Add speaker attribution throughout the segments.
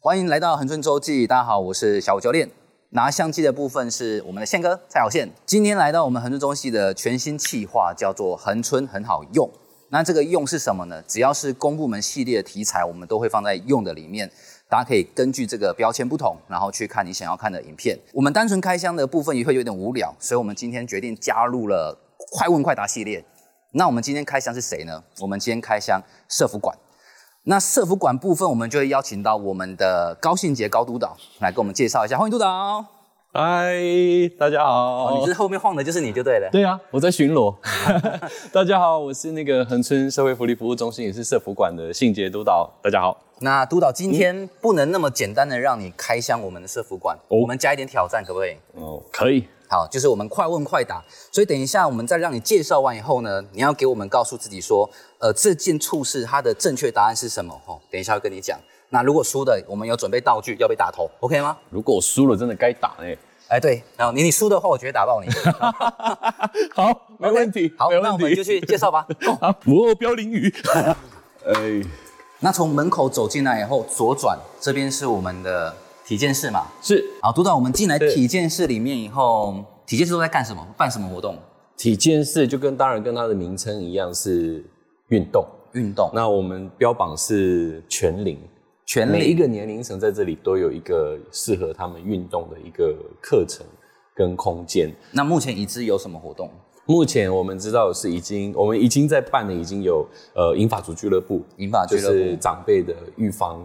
Speaker 1: 欢迎来到恒春周记，大家好，我是小武教练。拿相机的部分是我们的宪哥蔡小宪，今天来到我们恒春中戏的全新企划，叫做“恒春很好用”。那这个“用”是什么呢？只要是公部门系列的题材，我们都会放在“用”的里面。大家可以根据这个标签不同，然后去看你想要看的影片。我们单纯开箱的部分也会有点无聊，所以我们今天决定加入了快问快答系列。那我们今天开箱是谁呢？我们今天开箱社服馆。那社服馆部分，我们就会邀请到我们的高信杰高督导来给我们介绍一下。欢迎督导，
Speaker 2: 哦嗨，大家好。
Speaker 1: 哦，你这后面晃的就是你就对了。
Speaker 2: 对啊，我在巡逻。 大家好，我是那个恒春社会福利服务中心，也是社福馆的信杰督导。大家好，
Speaker 1: 那督导今天不能那么简单的让你开箱我们的社服馆，
Speaker 2: 哦
Speaker 1: 我们加一点挑战可不可以？
Speaker 2: 哦，可以，
Speaker 1: 好，就是我们快问快答。所以等一下我们在让你介绍完以后呢，你要给我们告诉自己说，呃，这件处事它的正确答案是什么？哦，等一下会跟你讲。那如果输的，我们有准备道具，要被打头，OK 吗？
Speaker 2: 如果我输了，真的该打哎、
Speaker 1: 哎，对，然后你你输的话，我绝对打爆你。
Speaker 2: 好，没问题
Speaker 1: 好，
Speaker 2: 没
Speaker 1: 那我
Speaker 2: 问
Speaker 1: 们就
Speaker 2: 题。
Speaker 1: 去介绍吧。哦
Speaker 2: 啊，我标淋雨。 哎，
Speaker 1: 那从门口走进来以后，左转，这边是我们的体健室嘛。
Speaker 2: 是
Speaker 1: 好，督导，我们进来
Speaker 2: 是
Speaker 1: 体健室里面以后，体健室都在干什么？办什么活动？
Speaker 2: 体健室就跟当然跟它的名称一样是运动，
Speaker 1: 运动？
Speaker 2: 那我们标榜是全龄，
Speaker 1: 全
Speaker 2: 每一
Speaker 1: 力？
Speaker 2: 个年龄层在这里都有一个适合他们运动的一个课程跟空间。
Speaker 1: 那目前已知有什么活动？
Speaker 2: 目前我们知道是已经，我们已经在办的已经有呃英法族俱乐部，
Speaker 1: 银发俱
Speaker 2: 就
Speaker 1: 乐部。
Speaker 2: 是长辈的预防、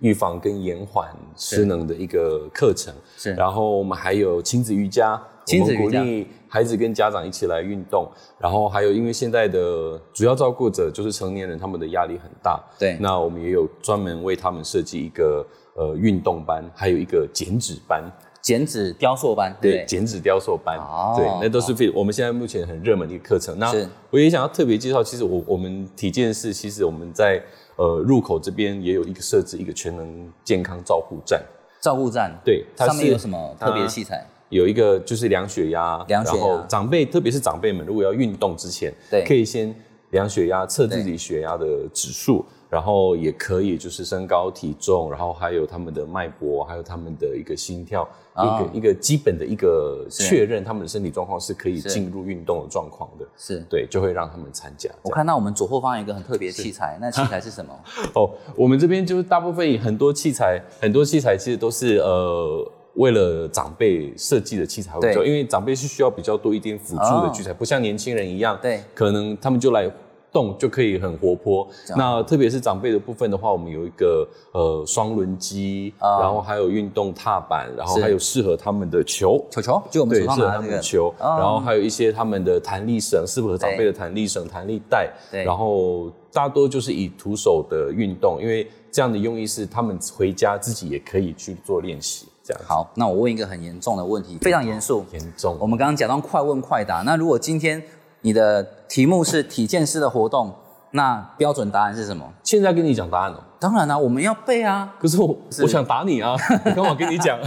Speaker 2: 预防跟延缓失能的一个课程。
Speaker 1: 是
Speaker 2: 然后我们还有亲子瑜伽，
Speaker 1: 亲子瑜
Speaker 2: 我
Speaker 1: 伽
Speaker 2: 们鼓励孩子跟家长一起来运动。然后还有，因为现在的主要照顾者就是成年人，他们的压力很大。
Speaker 1: 对
Speaker 2: 那我们也有专门为他们设计一个呃运动班，还有一个减脂班。
Speaker 1: 剪纸雕塑班，对
Speaker 2: 对，
Speaker 1: 不对？
Speaker 2: 减脂雕塑班，
Speaker 1: 哦
Speaker 2: 对，那都是非我们现在目前很热门的一个课程。那
Speaker 1: 是
Speaker 2: 我也想要特别介绍，其实我我们体健室，其实我们在呃入口这边也有一个设置一个全能健康照护站，
Speaker 1: 照顾站，，
Speaker 2: 对，它
Speaker 1: 上面
Speaker 2: 是
Speaker 1: 有什么特别的器材？
Speaker 2: 有一个就是量血压，
Speaker 1: 量血压
Speaker 2: 然后长辈特别是长辈们，如果要运动之前，
Speaker 1: 对
Speaker 2: 可以先量血压，测自己血压的指数，然后也可以就是身高、体重，然后还有他们的脉搏，还有他们的一个心跳，
Speaker 1: 啊
Speaker 2: 一个一个基本的一个
Speaker 1: 是
Speaker 2: 确认他们的身体状况是可以
Speaker 1: 是
Speaker 2: 进入运动的状况的，
Speaker 1: 是。
Speaker 2: 对，就会让他们参加。
Speaker 1: 我看到我们左后方有一个很特别的器材，那器材是什么？
Speaker 2: 哦，我们这边就是大部分很多器材，很多器材其实都是呃。为了长辈设计的器材会比
Speaker 1: 对
Speaker 2: 较，
Speaker 1: 哦
Speaker 2: 因为长辈是需要比较多一点辅助的器材，不像年轻人一样，
Speaker 1: 对
Speaker 2: 可能他们就来动就可以很活泼
Speaker 1: 这。样
Speaker 2: 那特别是长辈的部分的话，我们有一个呃双轮机，
Speaker 1: 啊
Speaker 2: 然后还有运动踏板，然后
Speaker 1: 是
Speaker 2: 还有适合他们的球，
Speaker 1: 球球，就我们
Speaker 2: 对，
Speaker 1: 手
Speaker 2: 是
Speaker 1: 上拿的
Speaker 2: 他
Speaker 1: 这
Speaker 2: 们
Speaker 1: 个
Speaker 2: 的球，
Speaker 1: 哦
Speaker 2: 然后还有一些他们的弹力绳，适合长辈的弹力绳、弹力带，
Speaker 1: 对
Speaker 2: 然后大多就是以徒手的运动，因为这样的用意是他们回家自己也可以去做练习，这样
Speaker 1: 好，那我问一个很严重的问题，非常严肃。
Speaker 2: 严重
Speaker 1: 我。们刚刚讲到快问快答，那如果今天你的题目是体健师的活动，那标准答案是什么？
Speaker 2: 现在跟你讲答案哦、
Speaker 1: 当然啦、我们要背 啊，
Speaker 2: 可是我我想打你啊，我干嘛跟 你讲？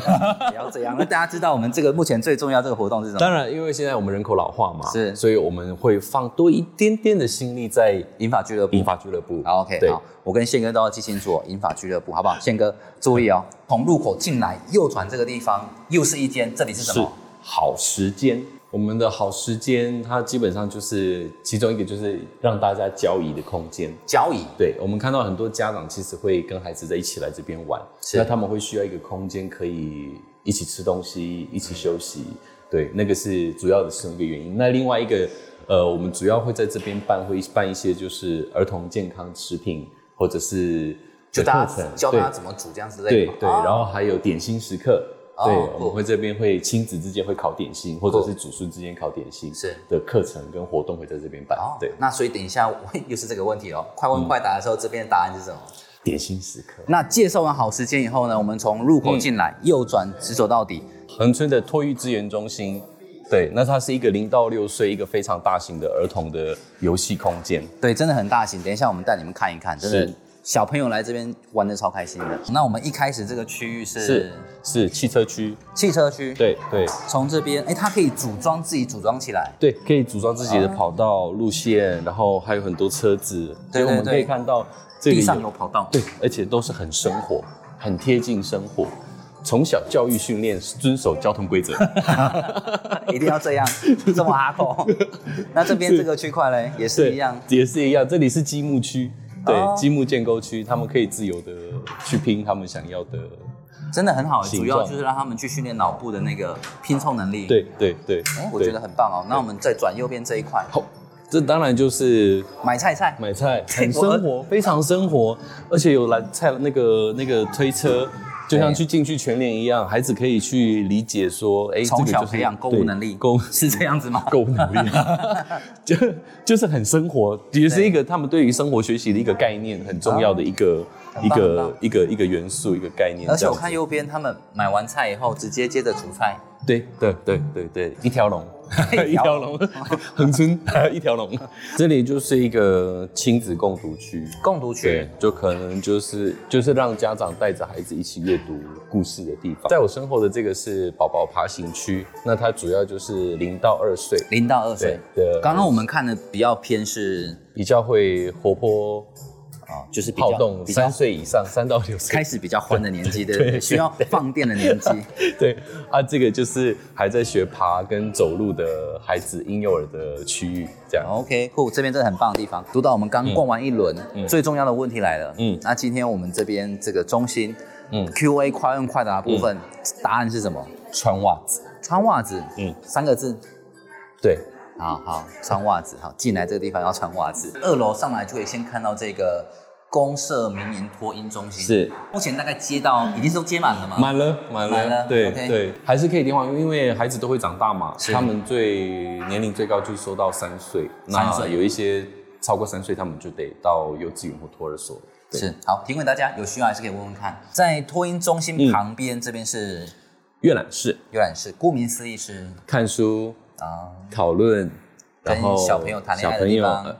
Speaker 1: 不要这样。那大家知道我们这个目前最重要这个活动是什么？
Speaker 2: 当然，因为现在我们人口老化嘛，
Speaker 1: 是
Speaker 2: 所以我们会放多一点点的心力在
Speaker 1: 银发俱乐部
Speaker 2: 英。法俱乐部。
Speaker 1: 好，OK，
Speaker 2: 对
Speaker 1: 好，我跟宪哥都要记清楚、哦，银发俱乐部，好不好？宪哥注意哦，从入口进来右转这个地方又是一间，这里是什么？
Speaker 2: 好时间。我们的好时间，它基本上就是其中一个就是让大家交易的空间。
Speaker 1: 交椅，
Speaker 2: 对，我们看到很多家长其实会跟孩子在一起来这边玩，
Speaker 1: 是
Speaker 2: 那他们会需要一个空间可以一起吃东西、一起休息。对，那个是主要的其中一个原因。那另外一个，呃，我们主要会在这边办会办一些就是儿童健康食品或者是
Speaker 1: 就
Speaker 2: 的
Speaker 1: 大
Speaker 2: 课
Speaker 1: 家
Speaker 2: 程
Speaker 1: 教大家
Speaker 2: 对
Speaker 1: 怎么煮这样之类
Speaker 2: 对
Speaker 1: 的嘛。
Speaker 2: 对，
Speaker 1: 哦
Speaker 2: 然后还有点心时刻，
Speaker 1: 哦
Speaker 2: 对，
Speaker 1: cool
Speaker 2: 我们会这边会亲子之间会烤点心，或者是祖孙之间烤点心
Speaker 1: 是
Speaker 2: 的课程跟活动会在这边办
Speaker 1: 哦。，
Speaker 2: 对，
Speaker 1: 那所以等一下我又是这个问题哦，快
Speaker 2: 嗯
Speaker 1: 问快答的时候，这边的答案是什么？
Speaker 2: 点心时刻。
Speaker 1: 那介绍完好时间以后呢，我们从入口进来，右转直走到底。
Speaker 2: 恒春的托育资源中心，对，那它是一个零到六岁一个非常大型的儿童的游戏空间。
Speaker 1: 对，真的很大型。等一下我们带你们看一看，真的
Speaker 2: 是
Speaker 1: 小朋友来这边玩的超开心的。那我们一开始这个区域是
Speaker 2: 是是汽车区，
Speaker 1: 汽车区，，
Speaker 2: 对对
Speaker 1: 从这边，哎，它可以组装自己组装起来，
Speaker 2: 对，可以组装自己
Speaker 1: 哦
Speaker 2: 的跑道路线，然后还有很多车子，所
Speaker 1: 对对
Speaker 2: 以我们
Speaker 1: 对
Speaker 2: 可以看到这里
Speaker 1: 地上有跑道，
Speaker 2: 对，而且都是很生活，很贴近生活。从小教育训练遵守交通规则，
Speaker 1: 一定要这 样，这么哈 口。那这边这个区块嘞，也 是
Speaker 2: 对
Speaker 1: 一样，，
Speaker 2: 也是一样。这里是积木区，对，
Speaker 1: 哦
Speaker 2: 积木建构区，他们可以自由的去拼他们想要的。
Speaker 1: 真的很好，
Speaker 2: 形
Speaker 1: 主要
Speaker 2: 状
Speaker 1: 就是让他们去训练脑部的那个拼凑能力。，
Speaker 2: 对对对，
Speaker 1: 哎，我
Speaker 2: 对
Speaker 1: 觉得很棒哦。那我们再转右边这一块，
Speaker 2: 好，这当然就是
Speaker 1: 买菜菜，
Speaker 2: 买菜，
Speaker 1: 对
Speaker 2: 很
Speaker 1: 我
Speaker 2: 生活，非常生活，而且有蓝菜那个那个推车，就像
Speaker 1: 对
Speaker 2: 去进去全联一样，孩子可以去理解说，哎、
Speaker 1: 从
Speaker 2: 这个
Speaker 1: 小
Speaker 2: 就是
Speaker 1: 培养购物能力，
Speaker 2: 对购物
Speaker 1: 是这样子 吗？
Speaker 2: 购物能力，就就是很生活，也是一个他们对于生活学习的一个概念，很重要的一个、
Speaker 1: 很
Speaker 2: 一
Speaker 1: 棒很
Speaker 2: 个
Speaker 1: 棒
Speaker 2: 一个一个元素，一个概念。
Speaker 1: 而且我
Speaker 2: 这样
Speaker 1: 看
Speaker 2: 子
Speaker 1: 右边他们买完菜以后，直接接着煮菜，，
Speaker 2: 对对对对对，一条龙 一 条龙，恒春 一条龙。这里就是一个亲子共读区，
Speaker 1: 共读
Speaker 2: 对
Speaker 1: 区。，
Speaker 2: 就可能就是就是让家长带着孩子一起阅读故事的地方。在我身后的这个是宝宝爬行区，那它主要就是零到二岁，
Speaker 1: 零到二岁，
Speaker 2: 对的
Speaker 1: 刚刚我们看的比较偏是
Speaker 2: 比较会活泼
Speaker 1: 啊，就是比较
Speaker 2: 好动，
Speaker 1: 比较
Speaker 2: 三岁以上， 三到六岁
Speaker 1: 开。始比较欢的年纪， 对不对？需要放电的年纪，
Speaker 2: 对啊，这个就是还在学爬跟走路的孩子，婴幼儿的区域这样。
Speaker 1: 哦 OK，酷，这边真的很棒的地方。督导，我们刚逛完一轮，最重要的问题来了。嗯
Speaker 2: 嗯，
Speaker 1: 那今天我们这边这个中心，嗯
Speaker 2: 嗯
Speaker 1: ，Q&A 快问快答部分，答案是什么？
Speaker 2: 穿袜子，
Speaker 1: 穿袜子，嗯
Speaker 2: 嗯，
Speaker 1: 三个字。
Speaker 2: 对，
Speaker 1: 好啊好，穿袜子，好，进来这个地方要穿袜子。二楼上来就可以先看到这个公社民营托婴中心，
Speaker 2: 是
Speaker 1: 目前大概接到已经是都接满了吗？
Speaker 2: 满了，满
Speaker 1: 满了
Speaker 2: 了，对
Speaker 1: OK
Speaker 2: 对，还是可以电话，因为孩子都会长大嘛
Speaker 1: 是，
Speaker 2: 他们最年龄最高就收到三岁，
Speaker 1: 三
Speaker 2: 那
Speaker 1: 岁
Speaker 2: 有一些超过三岁，他们就得到幼稚园或托儿所。对，
Speaker 1: 是，好，提问大家有需要还是可以问问看。在托婴中
Speaker 2: 嗯
Speaker 1: 心旁边、这边是
Speaker 2: 阅览室
Speaker 1: 游览室，顾名思义是
Speaker 2: 看书、
Speaker 1: 啊。
Speaker 2: 讨论，然后
Speaker 1: 跟小朋友谈恋爱的
Speaker 2: 小朋
Speaker 1: 地
Speaker 2: 友
Speaker 1: 方
Speaker 2: 呃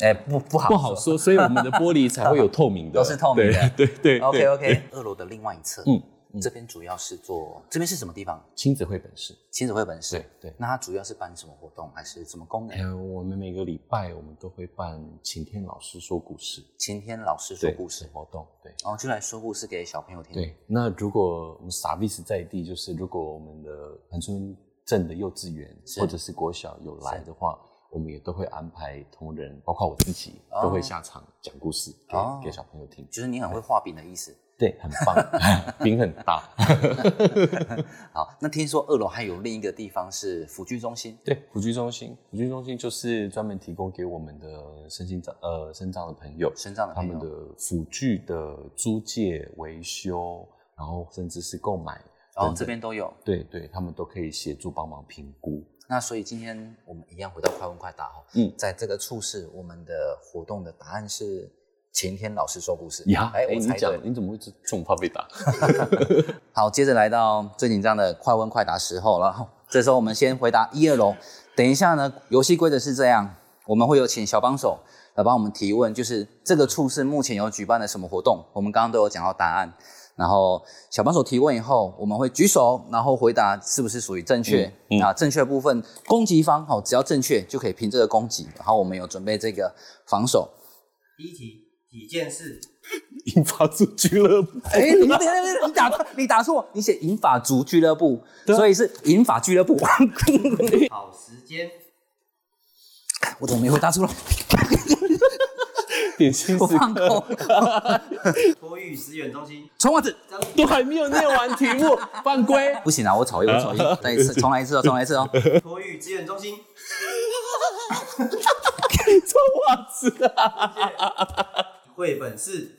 Speaker 1: 哎、不不好
Speaker 2: 不好
Speaker 1: 说
Speaker 2: 说，所以我们的玻璃才会有透明的，
Speaker 1: 都是透明的
Speaker 2: 对对对
Speaker 1: OK
Speaker 2: 对
Speaker 1: OK，二楼的另外一侧，嗯
Speaker 2: 嗯，
Speaker 1: 这边主要是做，这边是什么地方？
Speaker 2: 亲子绘本是，
Speaker 1: 亲子绘本室。
Speaker 2: 对哎对。
Speaker 1: 那它主要是办什么活动，还是什么功
Speaker 2: 还
Speaker 1: 能？
Speaker 2: 有我们每个礼拜我们都会办晴天老师说故事，
Speaker 1: 晴天老师说
Speaker 2: 对
Speaker 1: 故事，
Speaker 2: 活动，对
Speaker 1: 然后就来说故事给小朋友听。，
Speaker 2: 对。那如果我们傻 v 是在地，就是如果我们的恒春镇的幼稚园
Speaker 1: 是
Speaker 2: 或者是国小有来的话，我们也都会安排同仁，包括我自己，
Speaker 1: 哦
Speaker 2: 都会下场讲故事给、
Speaker 1: 哦
Speaker 2: 给小朋友听。
Speaker 1: 就是你很会画饼的意思。
Speaker 2: 对，很棒， 饼很大。
Speaker 1: 好，那听说二楼还有另一个地方是辅具中心，
Speaker 2: 对，辅具中心，辅具中心就是专门提供给我们的身心障呃身障的朋友，
Speaker 1: 身障的
Speaker 2: 他
Speaker 1: 朋
Speaker 2: 们
Speaker 1: 友
Speaker 2: 的辅具的租借、维修，然后甚至是购买。
Speaker 1: 然后
Speaker 2: 等等
Speaker 1: 这边都有。
Speaker 2: 对对，他们都可以协助帮忙评估。
Speaker 1: 那所以今天我们一样回到快问快答哦。
Speaker 2: 嗯
Speaker 1: 在这个处室，我们的活动的答案是晴天老师说故事。
Speaker 2: 呀，
Speaker 1: 哎、
Speaker 2: 哎，
Speaker 1: 我
Speaker 2: 你
Speaker 1: 猜对
Speaker 2: 讲
Speaker 1: 了，。
Speaker 2: 你怎么会这这么怕被打？
Speaker 1: 好，接着来到最紧张的快问快答时候了。 这时候我们先回答一二楼。等一下呢，游戏规则是这样，我们会有请小帮手来帮我们提问，就是这个处室目前有举办的什么活动，我们刚刚都有讲到答案。然后小帮手提问以后，我们会举手，然后回答是不是属于正确。
Speaker 2: 嗯嗯
Speaker 1: 啊，正确的部分攻击方好，只要正确就可以凭这个攻击。然后我们有准备这个防守。
Speaker 3: 第一题，体健是
Speaker 2: 引发出俱 乐部，
Speaker 1: 哎、你等一下等一下你打错，你打错，你写银发族俱乐部，
Speaker 2: 对啊
Speaker 1: 所以是银发俱乐部。
Speaker 3: 好时间，
Speaker 1: 我怎么没回答出 来？
Speaker 2: 点心
Speaker 1: 我
Speaker 2: 时
Speaker 1: 放
Speaker 2: 刻
Speaker 1: 空，
Speaker 3: 托育思源中心，
Speaker 1: 穿袜子。
Speaker 2: 都还没有念完题目，犯规。
Speaker 1: 啊不行啊，我草一，我草一，再一 次，重来一次哦，重来一次哦。
Speaker 3: 托育资源中心，
Speaker 2: 臭袜子啊！
Speaker 3: 绘本室，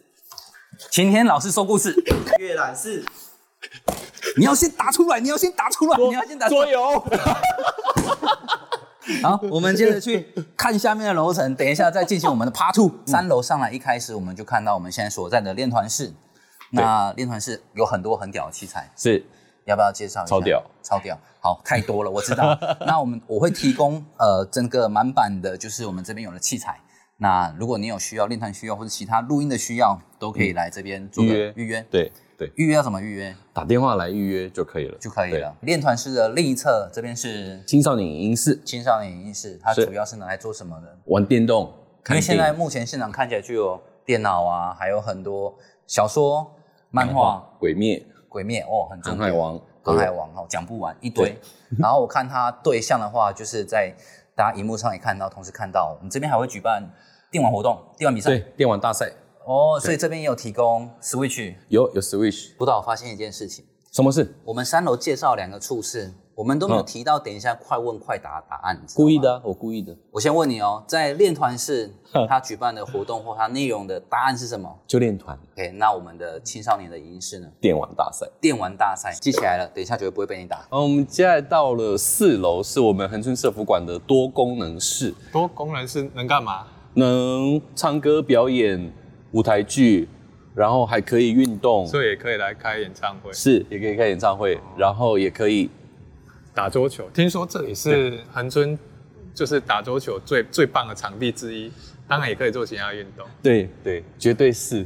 Speaker 1: 晴天老师说故 事，
Speaker 3: 阅览室，
Speaker 1: 你要先打出来，你要先打出来，你要先打出
Speaker 2: 桌
Speaker 1: 来。
Speaker 2: 游，
Speaker 1: 好，我们接着去看下面的楼层，等一下再进行我 们的 Part Two。三楼上来一开始我们就看到我们现在所在的练团室，那练团室有很多很屌的器材，
Speaker 2: 是
Speaker 1: 要不要介绍一下？
Speaker 2: 超屌，
Speaker 1: 超屌，好，太多 了，我知道。那我们我会提供呃整个满版的，就是我们这边有的器材，那如果你有需要练团需要或者其他录音的需要，都可以来这边做个
Speaker 2: 预约
Speaker 1: 预约。
Speaker 2: 对对，
Speaker 1: 预约要怎么预约
Speaker 2: 打电话来预约就可以了，
Speaker 1: 就可以了。练团室的另一侧这边是
Speaker 2: 对。青少年影音室
Speaker 1: 青少年影音室，它
Speaker 2: 是
Speaker 1: 主要是拿来做什么的？
Speaker 2: 玩电动，
Speaker 1: 因
Speaker 2: 看
Speaker 1: 为现
Speaker 2: 电
Speaker 1: 在
Speaker 2: 影
Speaker 1: 目前现场看起来就有电脑啊，还有很多小说、漫
Speaker 2: 漫
Speaker 1: 画、
Speaker 2: 画、鬼灭、
Speaker 1: 鬼灭哦，很重
Speaker 2: 嗯航
Speaker 1: 要。
Speaker 2: 海王、
Speaker 1: 航海王哦，讲不完一堆。 然后我看他对象的话，就是在大家荧幕上也看到，同时看到我们这边还会举办电玩活动、电玩比
Speaker 2: 对
Speaker 1: 赛
Speaker 2: 电玩大赛
Speaker 1: 哦，所以这边也有提供 Switch。
Speaker 2: 有有 Switch，
Speaker 1: 辅导发现一件事情，
Speaker 2: 什么事？
Speaker 1: 我们三楼介绍两个处室，我们都没有
Speaker 2: 嗯
Speaker 1: 提到等一下快问快答的答案，你知道吗
Speaker 2: 故意的、啊，我故意的，
Speaker 1: 我先问你哦，在练团 室他举办的活动或他内容的答案是什么
Speaker 2: 就练团
Speaker 1: ？OK，那我们的青少年的影视呢？
Speaker 2: 电玩大赛。
Speaker 1: 电玩大赛记起来了，等一下绝对不会被你打。
Speaker 2: 好，我们接下来到了四楼，是我们恒春社服馆的多功能室，
Speaker 4: 多功能是能干嘛？
Speaker 2: 能唱歌、表演、舞台剧，然后还可以运动，
Speaker 4: 所以也可以来开演唱会，
Speaker 2: 是也可以开演唱会，然后也可以
Speaker 4: 打桌球。听说这里是恒春，就是打桌球最最棒的场地之一。当然也可以做其他运动。
Speaker 2: 对对，绝对是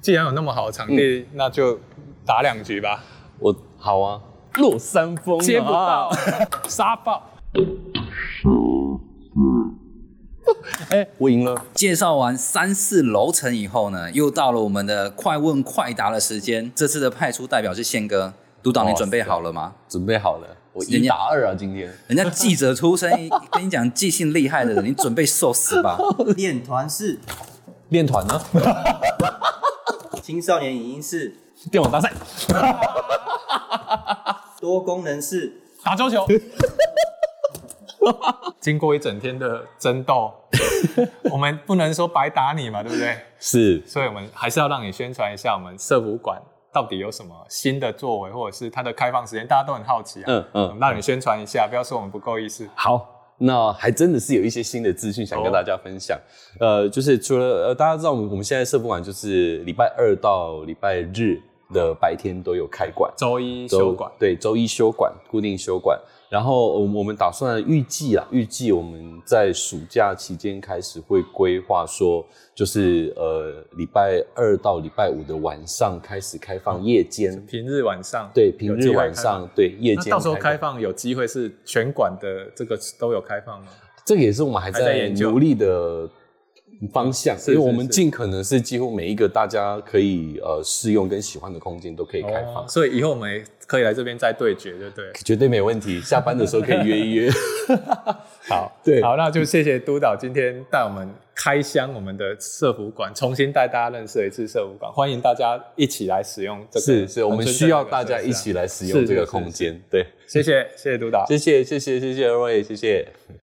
Speaker 4: 既然有那么好的场地，那就打两局吧。
Speaker 2: 我好啊，落山风、啊、
Speaker 4: 接不到，杀爆。
Speaker 2: 哎、我赢了，
Speaker 1: 介绍完三四楼层以后呢，又到了我们的快问快答的时间。这次的派出代表是宪哥，督导你
Speaker 2: 哇塞
Speaker 1: 准备好了吗？
Speaker 2: 准备好了，我
Speaker 1: 今
Speaker 2: 一
Speaker 1: 天
Speaker 2: 打二啊，今天
Speaker 1: 人家记者出身， 跟你讲记性厉害的人，你准备受死吧。
Speaker 3: 练团式、
Speaker 2: 练团呢，
Speaker 3: 青少年影音室、
Speaker 2: 电玩大赛，
Speaker 3: 多功能室、
Speaker 4: 打桌球。 经过一整天的争斗， 我们不能说白打你嘛，对不对？
Speaker 2: 是
Speaker 4: 所以我们还是要让你宣传一下我们社服馆到底有什么新的作为，或者是它的开放时间，大家都很好奇啊。
Speaker 2: 嗯嗯
Speaker 4: 嗯，让你宣传一下，不要说我们不够意思。
Speaker 2: 好。那还真的是有一些新的资讯想跟大家分享，
Speaker 4: 哦
Speaker 2: 呃，就是除了呃，大家知道我们我们现在社服馆就是礼拜二到礼拜日的白天都有开馆，
Speaker 4: 周一休馆，
Speaker 2: 对，周一休馆，固定休馆。然后我们我们打算预计啊，预计我们在暑假期间开始会规划说，就是呃礼拜二到礼拜五的晚上开始开放夜间，
Speaker 4: 平日晚上
Speaker 2: 对，平
Speaker 4: 哦有机
Speaker 2: 日
Speaker 4: 会开
Speaker 2: 晚上对夜
Speaker 4: 那
Speaker 2: 间。
Speaker 4: 到时候开，放有机会是全馆的这个都有开放吗？
Speaker 2: 这个也是我们还
Speaker 4: 还在
Speaker 2: 在
Speaker 4: 研究
Speaker 2: 努力的方向，
Speaker 4: 是
Speaker 2: 因为我
Speaker 4: 是
Speaker 2: 们
Speaker 4: 是
Speaker 2: 尽可能是几乎每一个大家可以呃适用跟喜欢的空间都可以开放。
Speaker 4: 所以以后我们也可以来这边再对决，对不对？
Speaker 2: 绝对没问题，下班的时候可以约一 约。
Speaker 4: 好，
Speaker 2: 对
Speaker 4: 好，那就谢谢督导今天带我们开箱我们的社服馆，重新带大家认识一次社服馆，欢迎大家一起来使用这个。
Speaker 2: 是是，我们需要大
Speaker 4: 啊
Speaker 2: 家一起
Speaker 4: 来。
Speaker 2: 来使用这个空间。对，
Speaker 4: 啊谢谢，谢谢督导。
Speaker 2: 谢谢谢谢谢谢二位，谢谢。